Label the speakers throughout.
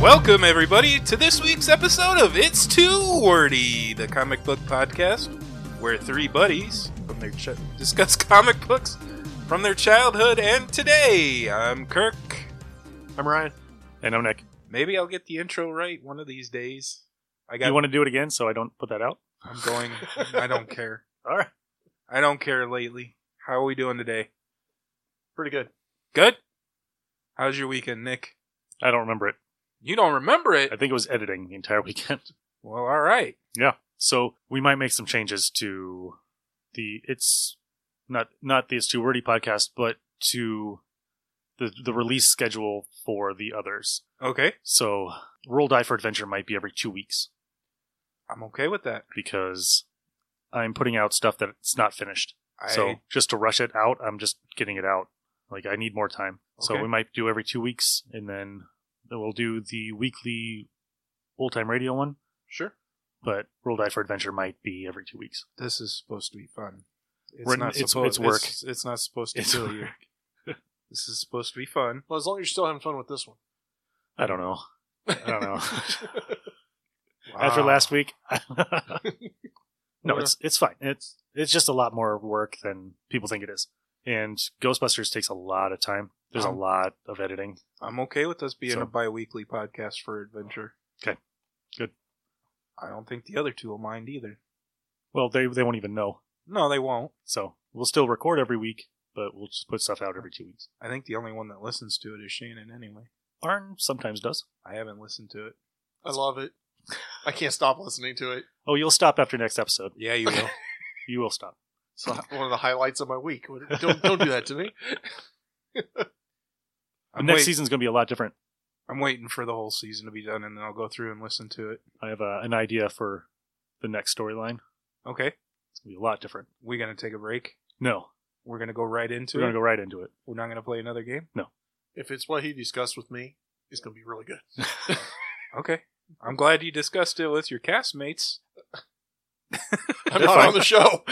Speaker 1: Welcome, everybody, to this week's episode of It's Too Wordy, the comic book podcast where three buddies from their ch- discuss comic books from their childhood and today. I'm Kirk.
Speaker 2: I'm Ryan.
Speaker 3: And I'm Nick.
Speaker 1: Maybe I'll get the intro right one of these days. I got.
Speaker 3: You want to do it again so I don't put that out?
Speaker 1: I'm going. I don't care.
Speaker 3: All right.
Speaker 1: I don't care lately. How are we doing today?
Speaker 2: Pretty good.
Speaker 1: Good. How's your weekend, Nick?
Speaker 3: I don't remember it.
Speaker 1: You don't remember
Speaker 3: I
Speaker 1: it?
Speaker 3: think it was editing the entire weekend.
Speaker 1: Well, all right.
Speaker 3: Yeah. So we might make some changes to the it's not not the It's Too Wordy podcast, but to the the release schedule for the others.
Speaker 1: Okay,
Speaker 3: So Roll Die for Adventure might be every two weeks
Speaker 1: I'm okay with that.
Speaker 3: because I'm putting out stuff that's not finished.
Speaker 1: I,
Speaker 3: So just to rush it out, I'm just getting it out. Like I need more time. So
Speaker 1: Okay.
Speaker 3: we might do every two weeks, and then we'll do the weekly old time radio one.
Speaker 1: sure.
Speaker 3: But Roll Die for Adventure might be every two weeks.
Speaker 1: This is supposed to be fun. It's
Speaker 3: We're-
Speaker 1: not
Speaker 3: it's-
Speaker 1: supposed.
Speaker 3: it's work.
Speaker 1: It's, it's not supposed to
Speaker 3: It's
Speaker 1: kill you. This is supposed to be fun.
Speaker 2: Well, as long as you're still having fun with this one.
Speaker 3: I don't know. I don't know. After
Speaker 1: Wow.
Speaker 3: last week, no,
Speaker 2: What
Speaker 3: it's it's fine. It's it's just a lot more work than people think it is. And Ghostbusters takes a lot of time. There's
Speaker 1: Um,
Speaker 3: a lot of editing.
Speaker 1: I'm okay with us being
Speaker 3: So-
Speaker 1: a bi-weekly podcast for adventure.
Speaker 3: 'Kay. Good.
Speaker 1: I don't think the other two will mind either.
Speaker 3: Well, they they won't even know.
Speaker 1: No, they won't.
Speaker 3: So we'll still record every week, but we'll just put stuff out every two weeks.
Speaker 1: I think the only one that listens to it is Shannon anyway.
Speaker 3: Arn sometimes does.
Speaker 1: I haven't listened to it.
Speaker 2: I love it. I can't stop listening to it.
Speaker 3: Oh, you'll stop after next episode.
Speaker 1: Yeah, you will.
Speaker 3: You will stop.
Speaker 2: It's not one of the highlights of my week. What- Don't don't do that to me.
Speaker 3: But
Speaker 1: I'm,
Speaker 3: next
Speaker 1: wait-
Speaker 3: season's going to be a lot different.
Speaker 1: I'm waiting for the whole season to be done and then I'll go through and listen to it.
Speaker 3: I have uh an idea for the next storyline.
Speaker 1: Okay.
Speaker 3: It's going to be a lot different.
Speaker 1: We're going to take a break.
Speaker 3: No,
Speaker 1: We're going to go right into
Speaker 3: we're going
Speaker 1: it.
Speaker 3: to go right into it.
Speaker 1: We're not going to play another game.
Speaker 2: If it's what he discussed with me, it's going to be really good.
Speaker 1: Okay. I'm glad you discussed it with your castmates.
Speaker 2: I'm
Speaker 3: They're
Speaker 2: not
Speaker 3: fine.
Speaker 2: on the show.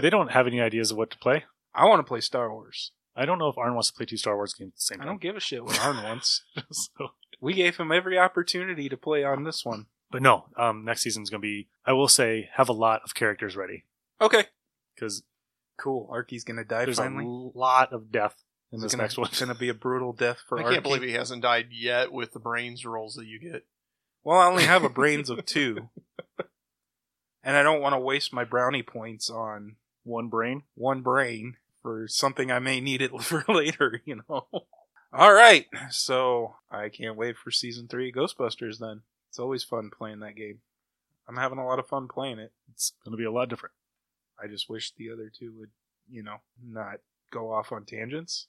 Speaker 3: They don't have any ideas of what to play.
Speaker 1: I want to play Star Wars.
Speaker 3: I don't know if Arn wants to play two Star Wars games at the
Speaker 1: I
Speaker 3: same time.
Speaker 1: don't give a shit what Arn wants.
Speaker 3: so,
Speaker 1: We gave him every opportunity to play on this one.
Speaker 3: but no, um, next season's going to be. I will say, have a lot of characters ready
Speaker 1: Okay.
Speaker 3: because
Speaker 1: Cool. Arky's gonna die
Speaker 3: there's
Speaker 1: finally.
Speaker 3: a lot of death in
Speaker 1: It's
Speaker 3: this
Speaker 1: gonna,
Speaker 3: next one.
Speaker 1: It's gonna be a brutal death for
Speaker 2: I
Speaker 1: Arky.
Speaker 2: can't believe he hasn't died yet with the brains rolls that you get.
Speaker 1: Well, I only have a brains of two, and I don't want to waste my brownie points on
Speaker 3: One brain.
Speaker 1: one brain for something I may need it for later. You know. All right. So I can't wait for season three of Ghostbusters. Then it's always fun playing that game. I'm having a lot of fun playing it.
Speaker 3: It's going to be a lot different.
Speaker 1: I just wish the other two would, you know, not go off on tangents.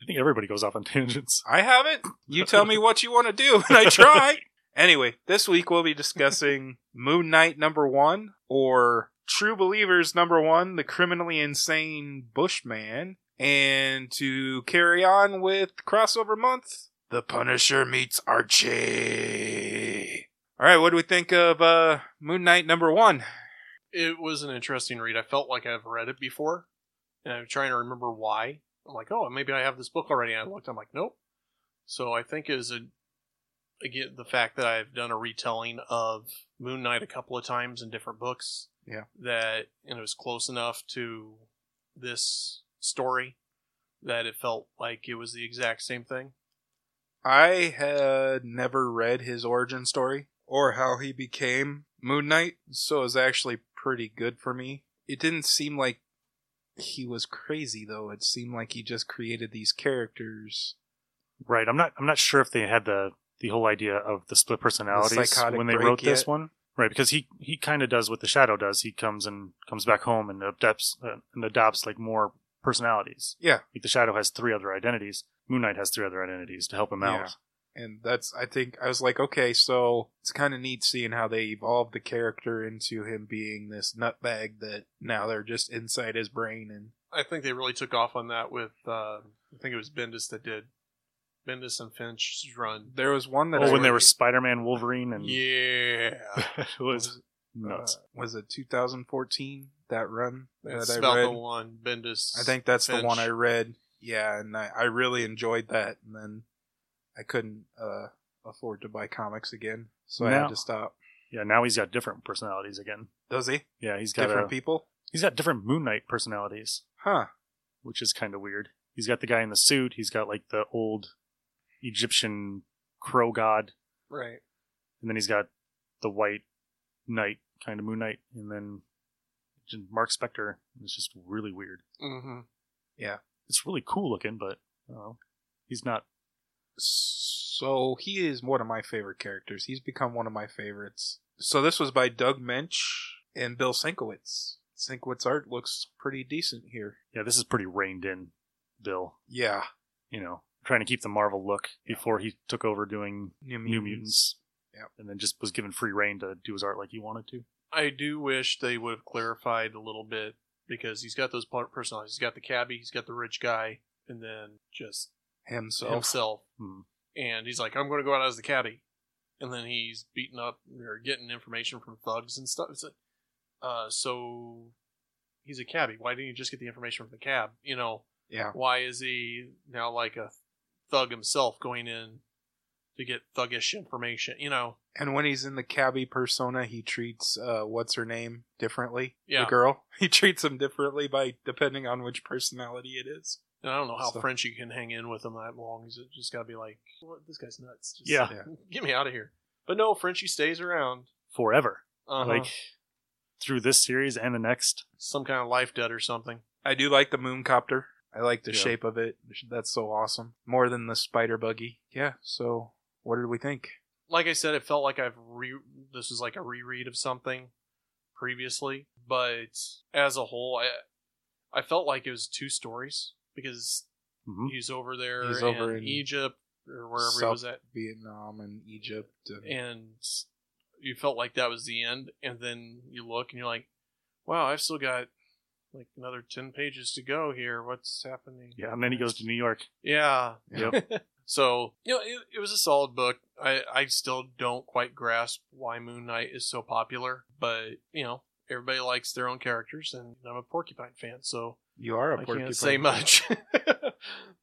Speaker 3: I think everybody goes off on tangents.
Speaker 1: I haven't. You tell me what you want to do, and I try. anyway, this week we'll be discussing Moon Knight number one, or True Believers number one, the criminally insane Bushman. And to carry on with crossover month, The Punisher meets Archie. All right, what do we think of uh, Moon Knight number one?
Speaker 2: It was an interesting read. I felt like I've read it before, and I'm trying to remember why. I'm like, oh, maybe I have this book already. And I looked. I'm like, nope. So I think is a again the fact that I've done a retelling of Moon Knight a couple of times in different books.
Speaker 1: Yeah.
Speaker 2: That and it was close enough to this story that it felt like it was the exact same thing.
Speaker 1: I had never read his origin story or how he became Moon Knight, so it was actually pretty good for me. It didn't seem like he was crazy though. It seemed like he just created these characters.
Speaker 3: Right. I'm not. I'm not sure if they had the the whole idea of the split personalities
Speaker 1: psychotic
Speaker 3: when they
Speaker 1: break
Speaker 3: wrote this
Speaker 1: yet.
Speaker 3: one. Right, because he he kind of does what the shadow does. He comes and comes back home and adopts uh, and adopts like more personalities.
Speaker 1: Yeah.
Speaker 3: like the shadow has three other identities. Moon Knight has three other identities to help him
Speaker 1: Yeah.
Speaker 3: out.
Speaker 1: And that's I think I was like, okay, so it's kind of neat seeing how they evolved the character into him being this nutbag that now they're just inside his brain and
Speaker 2: I think they really took off on that with uh, I think it was Bendis that did Bendis and Finch's run.
Speaker 1: there was one that
Speaker 3: Oh,
Speaker 1: I
Speaker 3: when they
Speaker 1: read-
Speaker 3: were Spider-Man, Wolverine, and
Speaker 2: Yeah.
Speaker 3: it was nuts.
Speaker 1: uh, was it 2014 that run
Speaker 2: That's
Speaker 1: that
Speaker 2: about
Speaker 1: I read
Speaker 2: the one Bendis.
Speaker 1: I think that's the one I
Speaker 2: Finch.
Speaker 1: read. Yeah, and I, I really enjoyed that. And then I couldn't uh, afford to buy comics again, so I
Speaker 3: No.
Speaker 1: had to stop.
Speaker 3: Yeah, now he's got different personalities again.
Speaker 1: Does he?
Speaker 3: Yeah, he's got
Speaker 1: Different
Speaker 3: a,
Speaker 1: people?
Speaker 3: he's got different Moon Knight personalities,
Speaker 1: Huh.
Speaker 3: which is kind of weird. He's got the guy in the suit. He's got like the old Egyptian crow god,
Speaker 2: Right.
Speaker 3: and then he's got the white knight kind of Moon Knight, and then just Mark Spector. It's just really weird.
Speaker 2: Mm-hmm.
Speaker 3: It's really cool looking, but I don't know. he's not.
Speaker 1: So he is one of my favorite characters. He's become one of my favorites. So this was by Doug Mensch and Bill Sienkiewicz. Sienkiewicz's art looks pretty decent here.
Speaker 3: Yeah, this is pretty reined in, Bill.
Speaker 1: Yeah,
Speaker 3: You know, trying to keep the Marvel look before he took over doing
Speaker 1: New
Speaker 3: New Mutants.
Speaker 1: Yep.
Speaker 3: And then just was given free reign to do his art like he wanted to.
Speaker 2: I do wish they would have clarified a little bit because he's got those per- personalities. He's got the cabbie, he's got the rich guy, and then just
Speaker 1: himself.
Speaker 2: himself.
Speaker 3: Hmm.
Speaker 2: And he's like, I'm going to go out as the cabbie. And then he's beating up or getting information from thugs and stuff. It's like, uh, so he's a cabbie. Why didn't you just get the information from the cab? You know,
Speaker 1: Yeah,
Speaker 2: why is he now like a thug himself going in to get thuggish information? You know,
Speaker 1: and when he's in the cabbie persona, he treats uh, what's her name differently.
Speaker 2: Yeah.
Speaker 1: the girl. He treats him differently by depending on which personality it is.
Speaker 2: and I don't know how
Speaker 1: So-
Speaker 2: French you can hang in with him that long. He's just got to be like, what, this guy's nuts. Just
Speaker 3: Yeah.
Speaker 1: Yeah.
Speaker 2: get me out of here. But no, Frenchie stays around,
Speaker 3: Forever.
Speaker 2: uh
Speaker 3: Like through this series and the next.
Speaker 2: some kind of life debt or something.
Speaker 1: I do like the mooncopter. I like the
Speaker 3: Yeah.
Speaker 1: shape of it. That's so awesome. More than the spider buggy. Yeah. So, what did we think?
Speaker 2: like I said, it felt like I've re this is like a reread of something previously, but as a whole, I I felt like it was two stories because
Speaker 3: Mhm.
Speaker 2: he's over there
Speaker 1: Mm-hmm. He's
Speaker 2: in,
Speaker 1: over in
Speaker 2: Egypt or wherever he
Speaker 1: South-
Speaker 2: was at,
Speaker 1: Vietnam and Egypt. And,
Speaker 2: and you felt like that was the end, and then you look and you're like, wow, I've still got like another ten pages to go here. What's happening?
Speaker 3: Yeah, and then he goes to New York.
Speaker 2: Yeah.
Speaker 3: Yep.
Speaker 2: So, you know, it, it was a solid book. I, I still don't quite grasp why Moon Knight is so popular, but, you know, everybody likes their own characters, and I'm a porcupine fan, so
Speaker 1: you are a
Speaker 2: I
Speaker 1: porcupine.
Speaker 2: can't say much.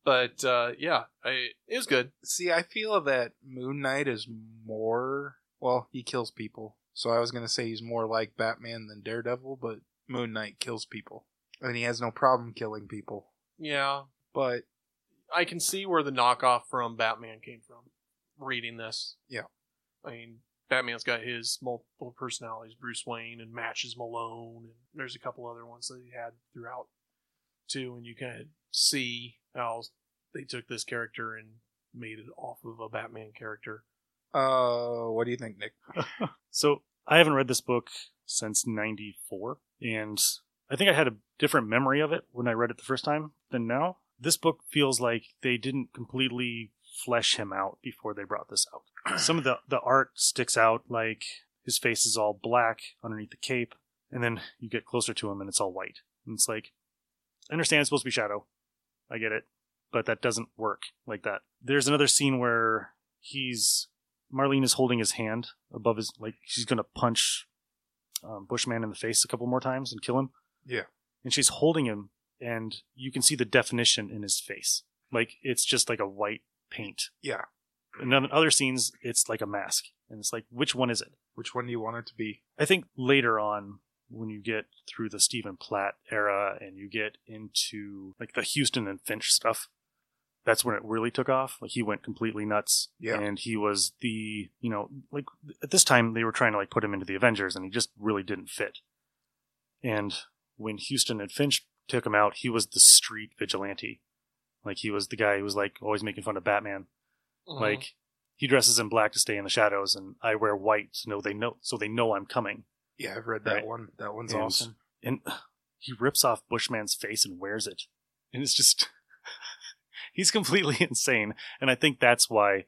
Speaker 2: but, uh, yeah, I, it was good.
Speaker 1: See, I feel that Moon Knight is more. Well, he kills people. So I was going to say he's more like Batman than Daredevil, but Moon Knight kills people. And he has no problem killing people.
Speaker 2: Yeah.
Speaker 1: But
Speaker 2: I can see where the knockoff from Batman came from reading this.
Speaker 1: Yeah.
Speaker 2: I mean, Batman's got his multiple personalities, Bruce Wayne and Matches Malone, and there's a couple other ones that he had throughout too, and you kind of see how they took this character and made it off of a Batman character.
Speaker 1: uh what do you think, Nick?
Speaker 3: So I haven't read this book since 94, and I think I had a different memory of it when I read it the first time than now. This book feels like they didn't completely flesh him out before they brought this out. Some of the, the art sticks out, like his face is all black underneath the cape, and then you get closer to him and it's all white. And it's like, I understand it's supposed to be shadow. I get it. But that doesn't work like that. There's another scene where he's Marlene is holding his hand above his like she's gonna punch um, Bushman in the face a couple more times and kill him.
Speaker 1: Yeah.
Speaker 3: and she's holding him, and you can see the definition in his face. Like it's just like a white paint.
Speaker 1: Yeah.
Speaker 3: And then in other scenes, it's like a mask, and it's like which one is it?
Speaker 1: Which one do you want it to be?
Speaker 3: I think later on, when you get through the Stephen Platt era and you get into like the Houston and Finch stuff, that's when it really took off. Like he went completely nuts.
Speaker 1: Yeah.
Speaker 3: And he was the, you know, like at this time they were trying to like put him into the Avengers and he just really didn't fit. And when Houston and Finch took him out, he was the street vigilante. Like he was the guy who was like always making fun of Batman.
Speaker 2: Mm-hmm.
Speaker 3: Like he dresses in black to stay in the shadows, and I wear white so no, they know so they know I'm coming.
Speaker 1: Yeah, I've read that
Speaker 3: Right.
Speaker 1: one. That one's
Speaker 3: And-
Speaker 1: awesome.
Speaker 3: And he rips off Bushman's face and wears it, and it's just he's completely insane. And I think that's why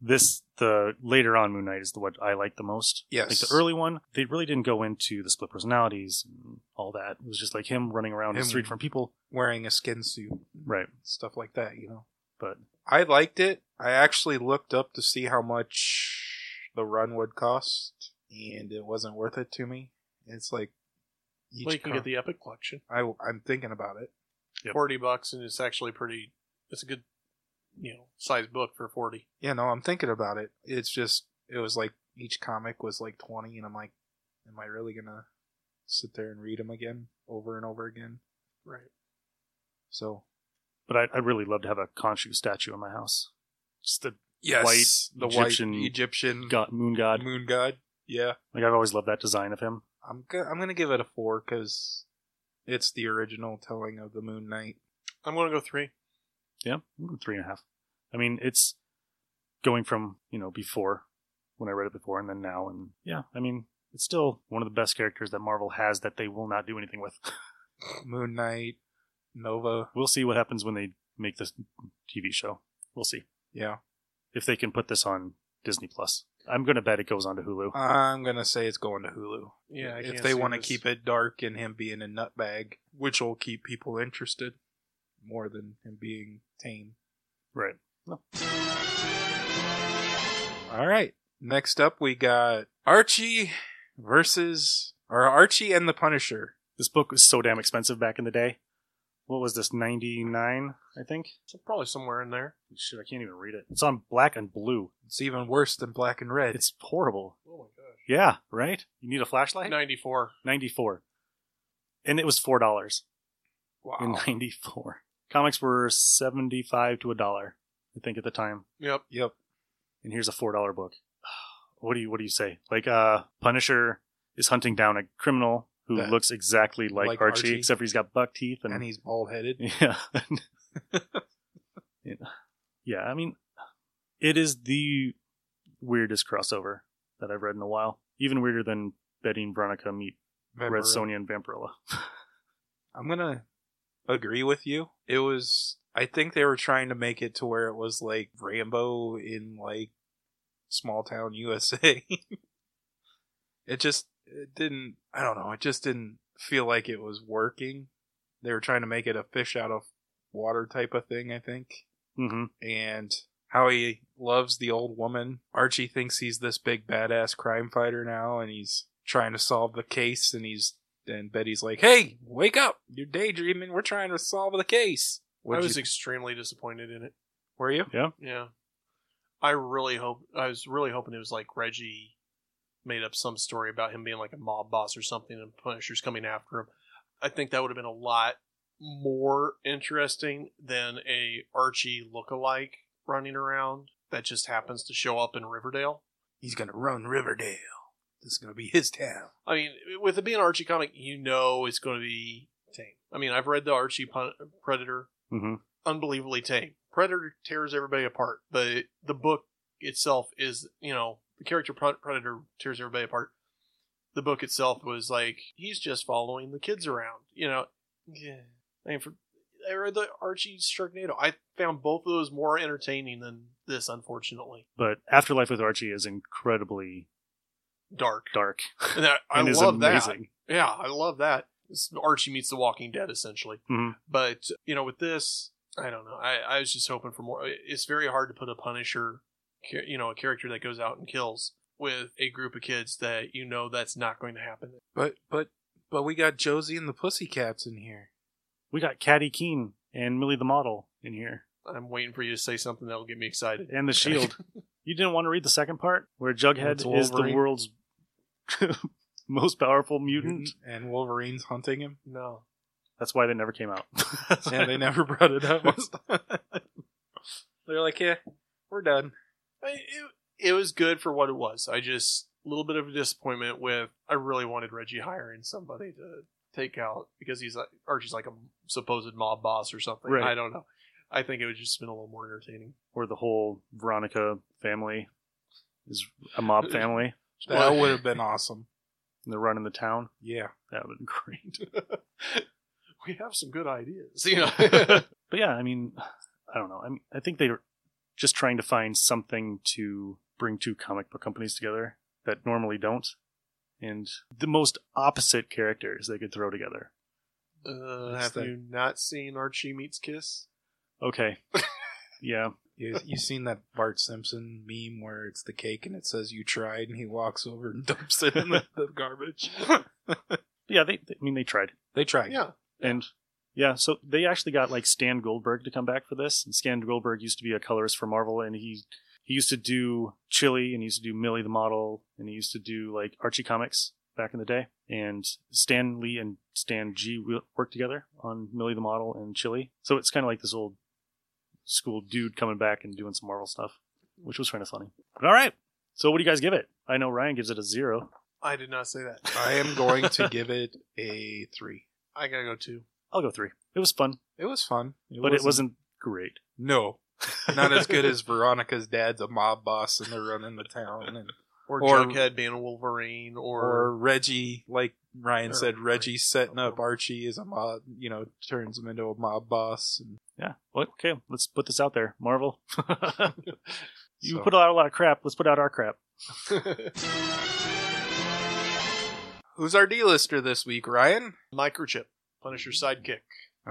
Speaker 3: this the later on Moon Knight is the what I like the most.
Speaker 1: Yes.
Speaker 3: Like the early one, they really didn't go into the split personalities and all that. It was just like him running around
Speaker 1: Him-
Speaker 3: the street from people.
Speaker 1: Wearing a skin suit.
Speaker 3: Right.
Speaker 1: Stuff like that, you know.
Speaker 3: But
Speaker 1: I liked it. I actually looked up to see how much the run would cost, and it wasn't worth it to me. It's like each
Speaker 2: well, you can
Speaker 1: com-
Speaker 2: get the Epic Collection.
Speaker 1: I, am thinking about it.
Speaker 3: Yep.
Speaker 2: 40 bucks, and it's actually pretty, it's a good you know size book for forty.
Speaker 1: Yeah, no, I'm thinking about it. It's just it was like each comic was like 20, and I'm like, am I really gonna sit there and read them again over and over again?
Speaker 2: Right.
Speaker 1: So
Speaker 3: But I, I'd really love to have a Khonshu statue in my house. Just the White Egyptian
Speaker 1: the white Egyptian
Speaker 3: god, moon god.
Speaker 1: Mm. moon god. Yeah,
Speaker 3: Like I've always loved that design of him.
Speaker 1: I'm go- I'm gonna give it a four because it's the original telling of the Moon Knight.
Speaker 2: I'm gonna go three.
Speaker 3: Yeah, mm, three and a half. I mean, it's going from you know before when I read it before, and then now, and yeah, I mean, it's still one of the best characters that Marvel has that they will not do anything with.
Speaker 1: Moon Knight, Nova.
Speaker 3: We'll see what happens when they make this TV show. We'll see
Speaker 1: Yeah,
Speaker 3: if they can put this on Disney Plus. I'm gonna bet it goes on to Hulu.
Speaker 1: I'm gonna say it's going to Hulu.
Speaker 2: Yeah, I
Speaker 1: if
Speaker 2: can't
Speaker 1: they
Speaker 2: see
Speaker 1: want to
Speaker 2: this.
Speaker 1: keep it dark and him being a nutbag, which will keep people interested more than him being tame.
Speaker 3: right. No.
Speaker 1: All right. Next up, we got Archie versus or Archie and the Punisher.
Speaker 3: This book was so damn expensive back in the day. What was this? Ninety nine, I think.
Speaker 2: So probably somewhere in there.
Speaker 3: Shit, I can't even read it. It's on black and blue.
Speaker 1: It's even worse than Black and Red.
Speaker 3: It's horrible.
Speaker 2: Oh my gosh.
Speaker 3: Yeah, right. You need a flashlight.
Speaker 2: Ninety four.
Speaker 3: 94 and it was four dollars
Speaker 1: wow.
Speaker 3: in 94 comics were 75 to a dollar i think at the time
Speaker 2: Yep.
Speaker 1: yep.
Speaker 3: and here's a four dollar book what do you what do you say like uh punisher is hunting down a criminal who
Speaker 1: That-
Speaker 3: looks exactly like,
Speaker 1: like
Speaker 3: archie,
Speaker 1: Archie.
Speaker 3: except for he's got buck teeth and,
Speaker 1: And he's bald headed.
Speaker 3: yeah Yeah. yeah i mean it is the weirdest crossover that i've read in a while even weirder than betty and veronica meet red
Speaker 1: uh,
Speaker 3: sonia and vampirilla
Speaker 1: I'm gonna agree with you. It was I think they were trying to make it to where it was like Rambo in like small town USA. it just it didn't I don't know, it just didn't feel like it was working. They were trying to make it a fish out of water type of thing, I think.
Speaker 3: mm-hmm
Speaker 1: And how he loves the old woman. Archie thinks he's this big badass crime fighter now and he's trying to solve the case and he's and Betty's like, "Hey, wake up! You're daydreaming. We're trying to solve the case."
Speaker 2: I
Speaker 1: What'd
Speaker 2: was
Speaker 1: you-
Speaker 2: extremely disappointed in it.
Speaker 1: were you?
Speaker 2: Yeah. I really hope I was really hoping it was like Reggie made up some story about him being like a mob boss or something and Punisher's coming after him. I think that would have been a lot more interesting than a Archie lookalike running around that just happens to show up in Riverdale.
Speaker 1: He's gonna run Riverdale. This is gonna be his town.
Speaker 2: I mean, with it being an Archie comic, you know it's going to be tame. I mean, I've read the Archie pun- Predator,
Speaker 3: mm-hmm
Speaker 2: unbelievably tame. Predator tears everybody apart, but the book itself is, you know, the character Pre- Predator tears everybody apart. The book itself was like he's just following the kids around, you know. Yeah. I mean, for I read the Archie Sharknado. I found both of those more entertaining than this, unfortunately.
Speaker 3: but Afterlife with Archie is incredibly
Speaker 2: Dark.
Speaker 3: dark
Speaker 2: And that, I
Speaker 3: and is
Speaker 2: love that.
Speaker 3: amazing.
Speaker 2: Yeah, I love that. It's Archie meets The Walking Dead, essentially.
Speaker 3: Mhm.
Speaker 2: But you know, with this, I don't know. I, I was just hoping for more. It's very hard to put a Punisher, cha- you know, a character that goes out and kills with a group of kids that you know that's not going to happen.
Speaker 1: But but but we got Josie and the Pussycats in here.
Speaker 3: We got Caddy Keen and Millie the Model in here,
Speaker 2: I'm waiting for you to say something that'll get me excited.
Speaker 3: and the Shield. you didn't want to read the second part where Jughead
Speaker 1: It's
Speaker 3: is the
Speaker 1: Wolverine.
Speaker 3: world's most powerful mutant.
Speaker 1: and Wolverine's hunting him.
Speaker 2: No,
Speaker 3: That's why they never came out.
Speaker 1: Yeah, they never brought it up. They're like, yeah, we're done.
Speaker 2: I, it, it was good for what it was. I just a little bit of a disappointment with. I really wanted Reggie hiring somebody to take out because he's like Archie's like a supposed mob boss or something.
Speaker 3: Right.
Speaker 2: I don't know. I think it would just been a little more entertaining.
Speaker 3: or the whole Veronica family is a mob family,
Speaker 1: That
Speaker 2: Well-
Speaker 1: would have been awesome.
Speaker 3: and they're running the town.
Speaker 1: Yeah.
Speaker 3: That would have been great.
Speaker 2: we have some good ideas, Uh, you know.
Speaker 3: But yeah, I mean, I don't know. I mean, I think they're just trying to find something to bring two comic book companies together that normally don't, and the most opposite characters they could throw together.
Speaker 2: uh,
Speaker 1: That's
Speaker 2: have
Speaker 1: the-
Speaker 2: you not seen Archie meets Kiss?
Speaker 3: Okay, yeah,
Speaker 1: You, you seen that Bart Simpson meme where it's the cake and it says you tried and he walks over and dumps it in the, the garbage?
Speaker 3: yeah. They, they- I mean, they tried,
Speaker 1: they tried.
Speaker 2: Yeah,
Speaker 3: and Yeah, so they actually got like Stan Goldberg to come back for this. And Stan Goldberg used to be a colorist for Marvel, and he he used to do Chili, and he used to do Millie the Model, and he used to do like Archie comics back in the day. And Stan Lee and Stan G wo- worked together on Millie the Model and Chili. So it's kind of like this old school dude coming back and doing some Marvel stuff, which was kind of funny. But all right, so what do you guys give it? I know Ryan gives it a zero.
Speaker 2: I did not say that.
Speaker 1: I am going to give it a three.
Speaker 2: I gotta go two.
Speaker 3: I'll go three. It was fun,
Speaker 1: It was fun,
Speaker 3: but it wasn't great.
Speaker 1: no, not as good as Veronica's dad's a mob boss and they're running the town, and,
Speaker 2: Or,
Speaker 1: Or-
Speaker 2: Jughead being a Wolverine, or,
Speaker 1: or Reggie, like Ryan
Speaker 2: Or
Speaker 1: said, Reggie
Speaker 2: Reggie.
Speaker 1: setting up Archie as a mob, you know, turns him into a mob boss. And
Speaker 3: Yeah. Well, okay. Let's put this out there, Marvel. you
Speaker 1: so-
Speaker 3: put out a lot of crap. Let's put out our crap.
Speaker 1: who's our D-lister this week, Ryan?
Speaker 2: Microchip, Punisher's
Speaker 1: Mm-hmm.
Speaker 2: sidekick,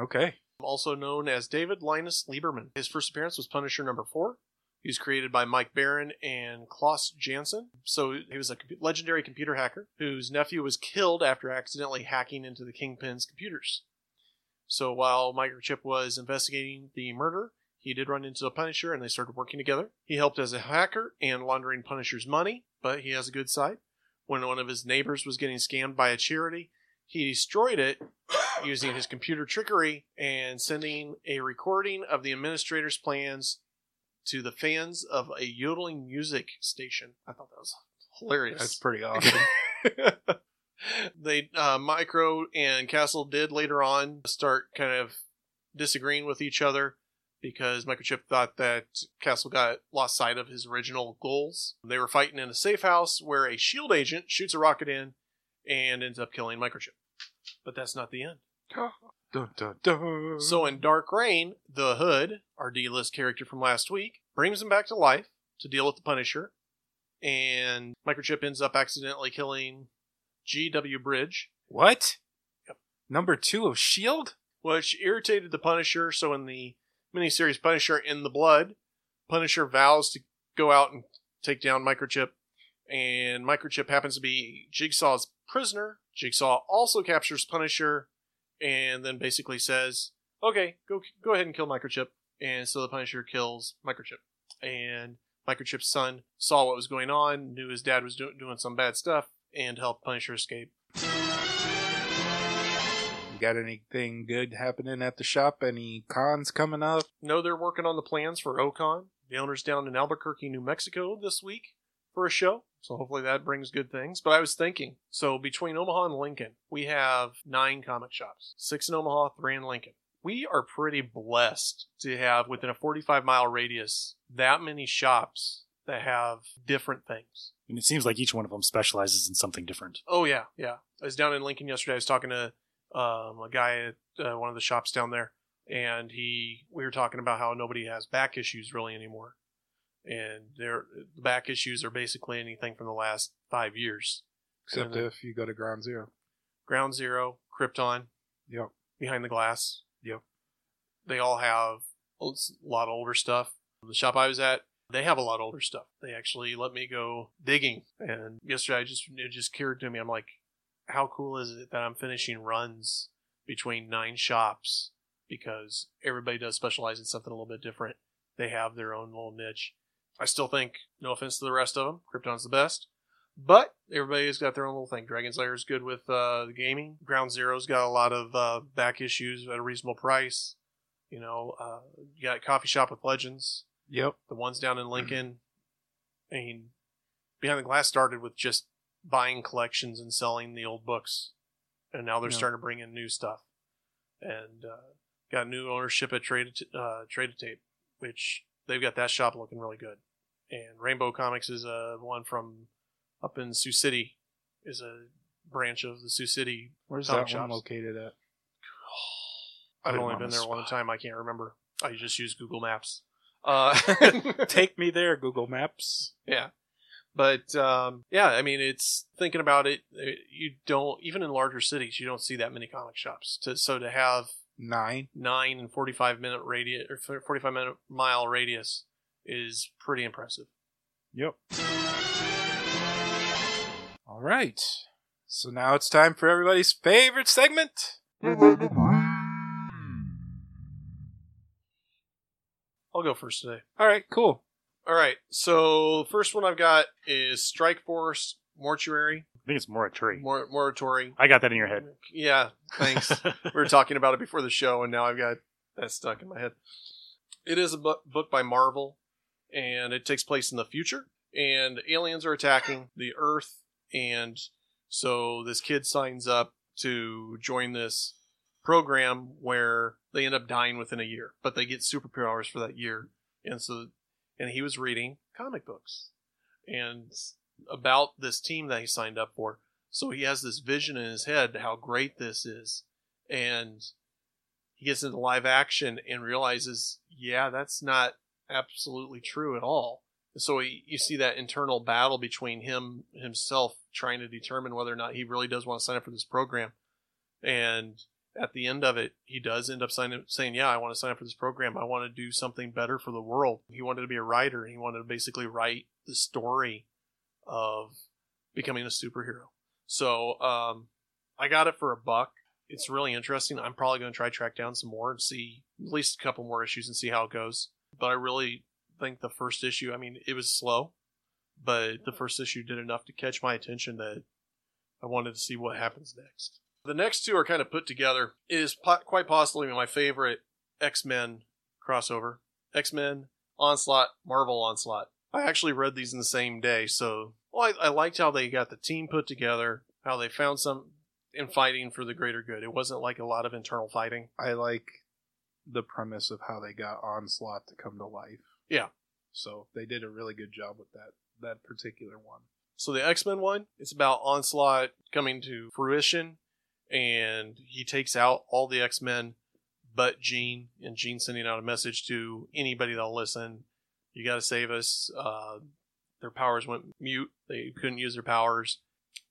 Speaker 1: Okay,
Speaker 2: also known as David Linus Lieberman. His first appearance was Punisher number four. He was created by Mike Barron and Klaus Janson. So he was a compu- legendary computer hacker whose nephew was killed after accidentally hacking into the Kingpin's computers. So while Microchip was investigating the murder, he did run into the Punisher and they started working together. He helped as a hacker and laundering Punisher's money, but he has a good side. When one of his neighbors was getting scammed by a charity, he destroyed it using his computer trickery and sending a recording of the administrator's plans to the fans of a yodeling music station. I thought that was hilarious.
Speaker 1: that's pretty awesome.
Speaker 2: they uh, micro and castle did later on start kind of disagreeing with each other because microchip thought that castle got lost sight of his original goals they were fighting in a safe house where a shield agent shoots a rocket in and ends up killing microchip but that's not the end
Speaker 1: dun, dun, dun.
Speaker 2: so in Dark Reign, the Hood, our D list character from last week, brings him back to life to deal with the Punisher, and Microchip ends up accidentally killing G.W. Bridge,
Speaker 1: what? Number two of Shield.
Speaker 2: which irritated the Punisher. So in the miniseries Punisher in the Blood, Punisher vows to go out and take down Microchip, and Microchip happens to be Jigsaw's prisoner. Jigsaw also captures Punisher, and then basically says, "Okay, go go ahead and kill Microchip." And so the Punisher kills Microchip, and Microchip's son saw what was going on, knew his dad was do- doing some bad stuff, and helped Punisher escape.
Speaker 1: You got anything good happening at the shop? Any cons coming up?
Speaker 2: No, they're working on the plans for Ocon. The owner's down in Albuquerque, New Mexico this week for a show. So hopefully that brings good things. But I was thinking, so between Omaha and Lincoln, we have nine comic shops. Six in Omaha, three in Lincoln. We are pretty blessed to have within a 45 mile radius that many shops that have different things.
Speaker 3: And it seems like each one of them specializes in something different.
Speaker 2: Oh yeah, yeah. I was down in Lincoln yesterday. I was talking to um, a guy at uh, one of the shops down there, and he we were talking about how nobody has back issues really anymore, and their the back issues are basically anything from the last five years.
Speaker 1: Except
Speaker 2: Yeah.
Speaker 1: if you go to Ground Zero.
Speaker 2: Ground Zero, Krypton,
Speaker 1: Yep.
Speaker 2: Behind the Glass.
Speaker 1: Yep.
Speaker 2: They all have a lot of older stuff. The shop I was at, they have a lot of older stuff. They actually let me go digging, and yesterday I just it just occurred to me. I'm like, how cool is it that I'm finishing runs between nine shops because everybody does specialize in something a little bit different. They have their own little niche. I still think, no offense to the rest of them, Krypton's the best. But everybody's got their own little thing. Dragon Slayer's good with uh, the gaming. Ground Zero's got a lot of uh, back issues at a reasonable price. You know, uh, you got Coffee Shop with Legends,
Speaker 1: Yep.
Speaker 2: the ones down
Speaker 1: Mm-hmm.
Speaker 2: in Lincoln. I mean, Behind the Glass started with just buying collections and selling the old books. And now they're
Speaker 1: Yeah.
Speaker 2: starting to bring in new stuff. And uh, got new ownership at Trade uh, Trade Tape, which they've got that shop looking really good. And Rainbow Comics is uh, one from up in Sioux City, is a branch of the Sioux City.
Speaker 1: Where's
Speaker 2: Comic
Speaker 1: that
Speaker 2: shops.
Speaker 1: one located at?
Speaker 2: I've
Speaker 1: Put him
Speaker 2: only
Speaker 1: on
Speaker 2: been
Speaker 1: the
Speaker 2: there one
Speaker 1: spot.
Speaker 2: time. I can't remember. I just use Google Maps. Uh,
Speaker 1: Take me there, Google Maps.
Speaker 2: Yeah. But um, yeah, I mean, it's thinking about it. it- You don't even in larger cities, you don't see that many comic shops. To, so to have
Speaker 1: Nine.
Speaker 2: nine and forty-five minute radius or forty-five minute mile radius is pretty impressive.
Speaker 1: Yep. All right. So now it's time for everybody's favorite segment.
Speaker 2: I'll go first today.
Speaker 1: All right, cool.
Speaker 2: All right. So the first one I've got is Strike Force Mortuary
Speaker 3: I think it's Moratori.
Speaker 2: Mor- Moratory.
Speaker 3: I got that in your head.
Speaker 2: Yeah, thanks. we were talking about it before the show, and now I've got that stuck in my head. It is a bu- book by Marvel, and it takes place in the future. And aliens are attacking the Earth, and so this kid signs up to join this program where they end up dying within a year, but they get superpowers for that year. And so, and he was reading comic books, and about this team that he signed up for. So he has this vision in his head how great this is. And he gets into live action and realizes, yeah, that's not absolutely true at all. So he, you see that internal battle between him himself trying to determine whether or not he really does want to sign up for this program. And at the end of it, he does end up signing, saying, "Yeah, I want to sign up for this program. I want to do something better for the world." He wanted to be a writer, and he wanted to basically write the story of becoming a superhero. So um, I got it for a buck. It's really interesting. I'm probably going to try track down some more and see at least a couple more issues and see how it goes. But I really think the first issue. I mean, it was slow, but the first issue did enough to catch my attention that I wanted to see what happens next. The next two are kind of put together. It is po- quite possibly my favorite X Men crossover. X Men Onslaught, Marvel Onslaught. I actually read these in the same day, so well, I, I liked how they got the team put together, how they found some in fighting for the greater good. It wasn't like a lot of internal fighting.
Speaker 1: I like the premise of how they got Onslaught to come to life.
Speaker 2: Yeah.
Speaker 1: So they did a really good job with that that particular one.
Speaker 2: So the X Men one, it's about Onslaught coming to fruition, and he takes out all the X Men but Jean, and Jean sending out a message to anybody that'll listen. You got to save us. Uh, their powers went mute; they couldn't use their powers,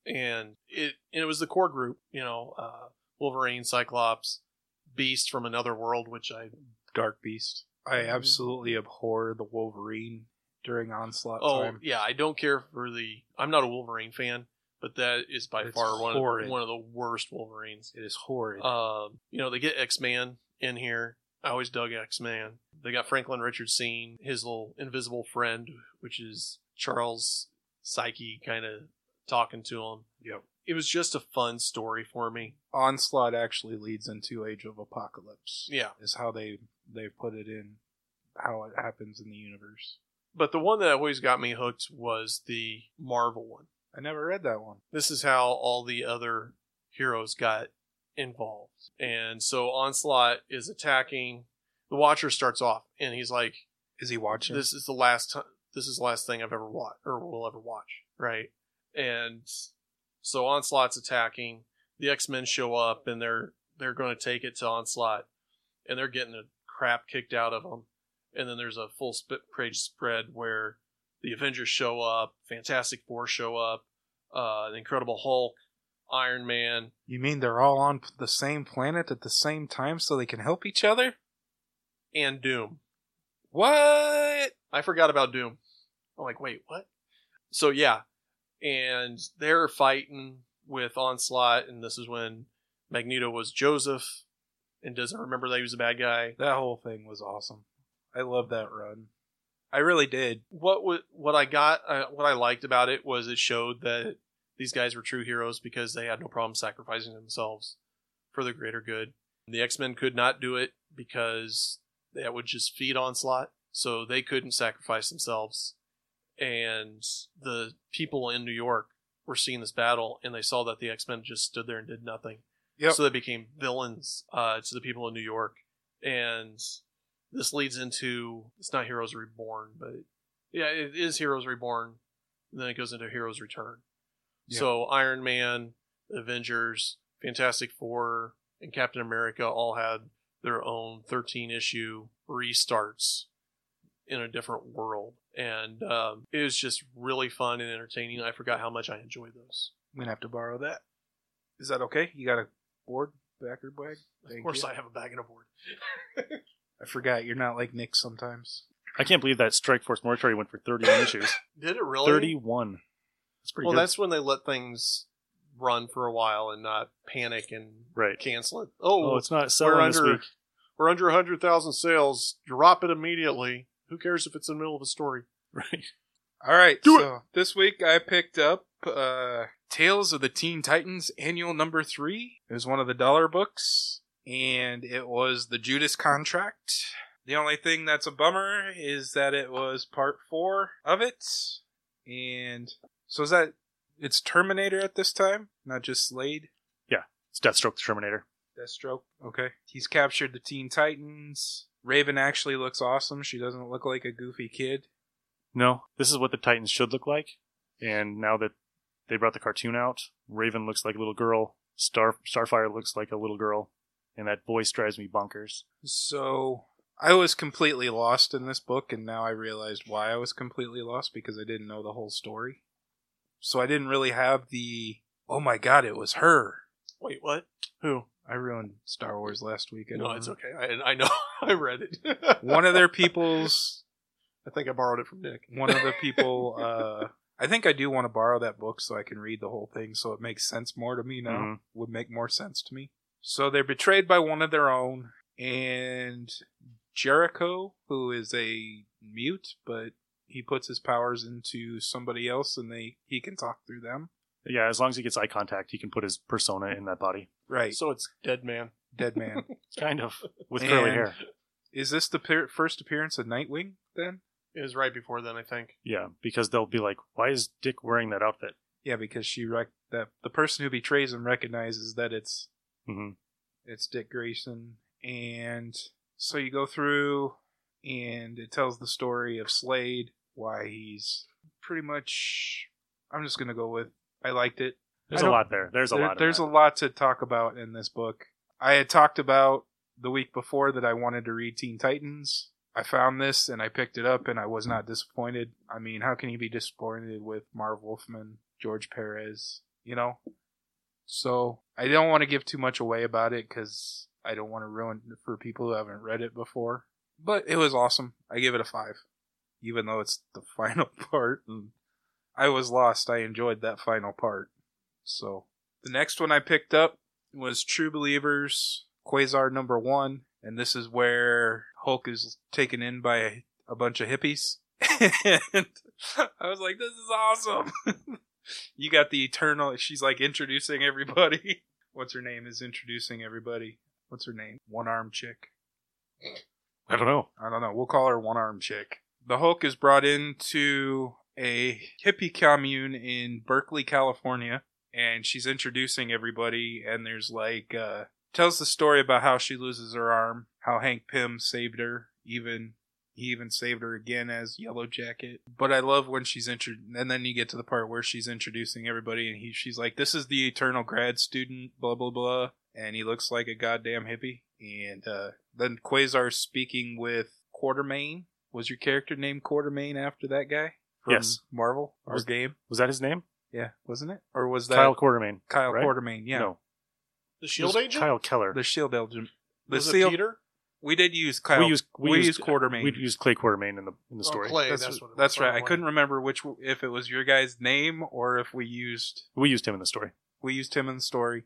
Speaker 2: and it and it was the core group. You know, uh, Wolverine, Cyclops, Beast from another world, which I
Speaker 1: Dark Beast. I absolutely abhor the Wolverine during Onslaught
Speaker 2: Oh
Speaker 1: time.
Speaker 2: yeah, I don't care for the. I'm not a Wolverine fan, but that is by
Speaker 1: It's
Speaker 2: far one of,
Speaker 1: horrid.
Speaker 2: the- one of the worst Wolverines.
Speaker 1: It is horrid.
Speaker 2: Um, you know, they get X Man in here. I always dug X Man. They got Franklin Richardson, his little invisible friend, which is Charles Psyche, kind of talking to him.
Speaker 1: Yep.
Speaker 2: It was just a fun story for me.
Speaker 1: Onslaught actually leads into Age of Apocalypse.
Speaker 2: Yeah.
Speaker 1: Is how they they put it in how it happens in the universe.
Speaker 2: But the one that always got me hooked was the Marvel one.
Speaker 1: I never read that one.
Speaker 2: this is how all the other heroes got involved. And so Onslaught is attacking. The Watcher starts off, and he's like,
Speaker 1: Is he watching?
Speaker 2: "This is the last time. This is the last thing I've ever watched, or will ever watch." Right? And so Onslaught's attacking. The X Men show up, and they're they're going to take it to Onslaught, and they're getting the crap kicked out of them. And then there's a full sp- page spread where the Avengers show up, Fantastic Four show up, uh, the Incredible Hulk, Iron Man.
Speaker 1: you mean they're all on p- the same planet at the same time so they can help each other?
Speaker 2: and Doom.
Speaker 1: What?
Speaker 2: I forgot about Doom. I'm like, wait, what? So yeah, and they're fighting with Onslaught, and this is when Magneto was Joseph, and doesn't remember that he was a bad guy.
Speaker 1: That whole thing was awesome. I love that run. I really did.
Speaker 2: What wa- what I got, uh, what I liked about it was it showed that these guys were true heroes because they had no problem sacrificing themselves for the greater good. The X Men could not do it because that would just feed Onslaught, so they couldn't sacrifice themselves. And the people in New York were seeing this battle, and they saw that the X Men just stood there and did nothing.
Speaker 1: Yep.
Speaker 2: So they became villains uh, to the people in New York, and this leads into it's not Heroes Reborn, but yeah, it is Heroes Reborn. And then it goes into Heroes Return.
Speaker 1: Yeah.
Speaker 2: So Iron Man, Avengers, Fantastic Four, and Captain America all had their own 13 issue restarts in a different world. And um, it was just really fun and entertaining. I forgot how much I enjoyed those.
Speaker 1: I'm gonna have to borrow that. Is that okay? You got a board backer bag?
Speaker 2: of
Speaker 1: Thank
Speaker 2: course,
Speaker 1: you.
Speaker 2: I have a bag and a board.
Speaker 1: I forgot you're not like Nick sometimes.
Speaker 3: I can't believe that Strike Force Moratori went for 31 issues.
Speaker 2: Did it really?
Speaker 3: 31. That's pretty
Speaker 2: Well,
Speaker 3: good.
Speaker 2: that's when they let things run for a while and not panic and
Speaker 3: right.
Speaker 2: cancel it. Oh,
Speaker 3: Oh, it's not
Speaker 2: we're
Speaker 3: selling this
Speaker 2: under
Speaker 3: week.
Speaker 2: We're under 100,000 sales. Drop it immediately. Who cares if it's in the middle of a story?
Speaker 3: Right.
Speaker 1: All right.
Speaker 2: Do
Speaker 1: so this week I picked up uh, Tales of the Teen Titans Annual Number Three. It was one of the dollar books, and it was the Judas Contract. The only thing that's a bummer is that it was part four of it, and so is that it's Terminator at this time, not just Slade.
Speaker 3: It's Deathstroke the Terminator.
Speaker 1: Deathstroke. Okay. He's captured the Teen Titans. Raven actually looks awesome. She doesn't look like a goofy kid.
Speaker 3: No, this is what the Titans should look like. And now that they brought the cartoon out, Raven looks like a little girl. Star Starfire looks like a little girl, and that voice drives me bonkers.
Speaker 1: So I was completely lost in this book, and now I realized why I was completely lost because I didn't know the whole story. So I didn't really have the oh my god, it was her.
Speaker 2: Wait, what? Who?
Speaker 1: I ruined Star Wars last week. I
Speaker 2: no,
Speaker 1: don't
Speaker 2: it's
Speaker 1: know.
Speaker 2: okay. I, I know. I read it.
Speaker 1: One of their people's
Speaker 2: I think I borrowed it from Nick.
Speaker 1: one of the people. Uh, I think I do want to borrow that book so I can read the whole thing, so it makes sense more to me now.
Speaker 3: Mhm.
Speaker 1: Would make more sense to me. So they're betrayed by one of their own, and Jericho, who is a mute, but he puts his powers into somebody else, and they he can talk through them.
Speaker 3: Yeah, as long as he gets eye contact, he can put his persona in that body.
Speaker 1: Right,
Speaker 2: So it's Dead Man.
Speaker 1: dead man.
Speaker 3: Kind of. With curly
Speaker 1: And-
Speaker 3: hair.
Speaker 1: is this the per- first appearance of Nightwing? Then,
Speaker 2: It was right before then, I think.
Speaker 3: Yeah, because they'll be like, why is Dick wearing that outfit?
Speaker 1: yeah, because she rec- that the person who betrays him recognizes that it's
Speaker 3: hmm
Speaker 1: it's Dick Grayson. And so you go through, and it tells the story of Slade, why he's pretty much. I'm just going to go with I liked it.
Speaker 3: There's
Speaker 1: I
Speaker 3: a
Speaker 1: don't-
Speaker 3: lot there. There's a
Speaker 1: There-
Speaker 3: lot.
Speaker 1: there's a lot to talk about in this book. I had talked about the week before that I wanted to read Teen Titans. I found this and I picked it up and I was not disappointed. I mean, how can you be disappointed with Marv Wolfman, George Perez, you know? So I don't want to give too much away about it because I don't want to ruin it for people who haven't read it before. But it was awesome. I give it a five, even though it's the final part. And I was lost. I enjoyed that final part. So the next one I picked up was True Believers Quasar number one, and this is where Hulk is taken in by a, a bunch of hippies. and I was like, this is awesome. you got the eternal, she's like introducing everybody. What's her name is introducing everybody. What's her name? One arm chick.
Speaker 3: I don't know.
Speaker 1: I don't know. We'll call her One Arm Chick. The Hulk is brought into a hippie commune in Berkeley, California, and she's introducing everybody. And there's like uh, tells the story about how she loses her arm, how Hank Pym saved her, even he even saved her again as Yellow Jacket. But I love when she's intro, and then you get to the part where she's introducing everybody, and he she's like, "This is the eternal grad student," blah blah blah, and he looks like a goddamn hippie. And uh, then Quasar speaking with Quartermain. Was your character named Quartermain after that guy?
Speaker 3: Yes.
Speaker 1: Marvel or
Speaker 3: Was-
Speaker 1: game?
Speaker 3: Was that his name?
Speaker 1: Yeah, wasn't it? Or was that
Speaker 3: Kyle
Speaker 1: Kyle,
Speaker 3: Quartermain. right?
Speaker 1: Quartermain? Yeah,
Speaker 3: No.
Speaker 2: The Shield
Speaker 3: It was
Speaker 2: Agent?
Speaker 3: Kyle Keller.
Speaker 1: the Shield Agent. The
Speaker 2: was
Speaker 1: Seal-
Speaker 2: it Peter?
Speaker 1: E We did use Kyle.
Speaker 3: we used we, used,
Speaker 1: Quartermain.
Speaker 3: we used Clay Quartermain in the in the story.
Speaker 2: Oh, Clay.
Speaker 1: that's,
Speaker 2: That's,
Speaker 1: that's,
Speaker 2: what it was.
Speaker 1: right. I
Speaker 2: Wrong one.
Speaker 1: couldn't remember which if it was your guy's name or if we used
Speaker 3: We used him in the story.
Speaker 1: we used him in the story.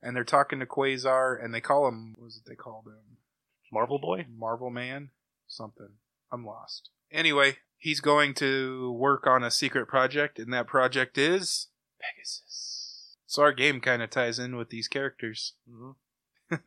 Speaker 1: And they're talking to Quasar, and they call him what was it they called him?
Speaker 3: Marvel Boy.
Speaker 1: Marvel Man, something. I'm lost. Anyway, he's going to work on a secret project, and that project is Pegasus. So our game kind of ties in with these characters.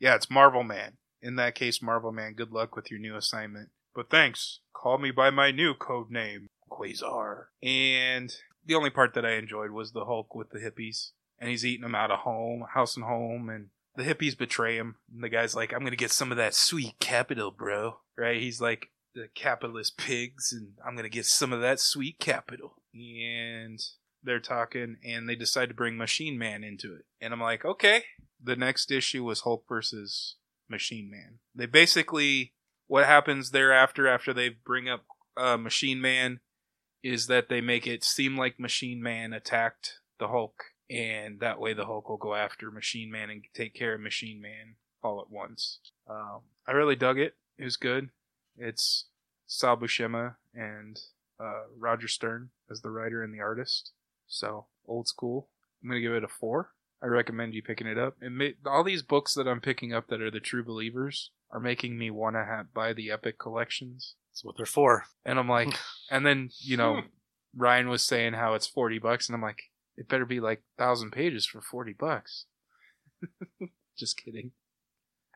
Speaker 1: Yeah, it's Marvel Man. In that case, Marvel Man, good luck with your new assignment. But thanks. Call me by my new code name, Quasar. And the only part that I enjoyed was the Hulk with the hippies. And he's eating them out of home, house and home, and the hippies betray him. And the guy's like, I'm gonna get some of that sweet capital, bro. Right? He's like, the capitalist pigs, and I'm gonna get some of that sweet capital. And they're talking, and they decide to bring Machine Man into it. And I'm like, okay, the next issue was Hulk versus Machine Man. They basically what happens thereafter after they bring up uh, Machine Man is that they make it seem like Machine Man attacked the Hulk, and that way the Hulk will go after Machine Man and take care of Machine Man all at once. Um, I really dug it. It was good. It's Sal Buscema and uh, Roger Stern as the writer and the artist. So old school. I'm gonna give it a four. I recommend you picking it up. And ma- all these books that I'm picking up that are the true believers are making me want to have, buy the epic collections.
Speaker 3: That's what they're for.
Speaker 1: And I'm like, and then you know, Ryan was saying how it's forty bucks, and I'm like, it better be like thousand pages for forty bucks. Just kidding.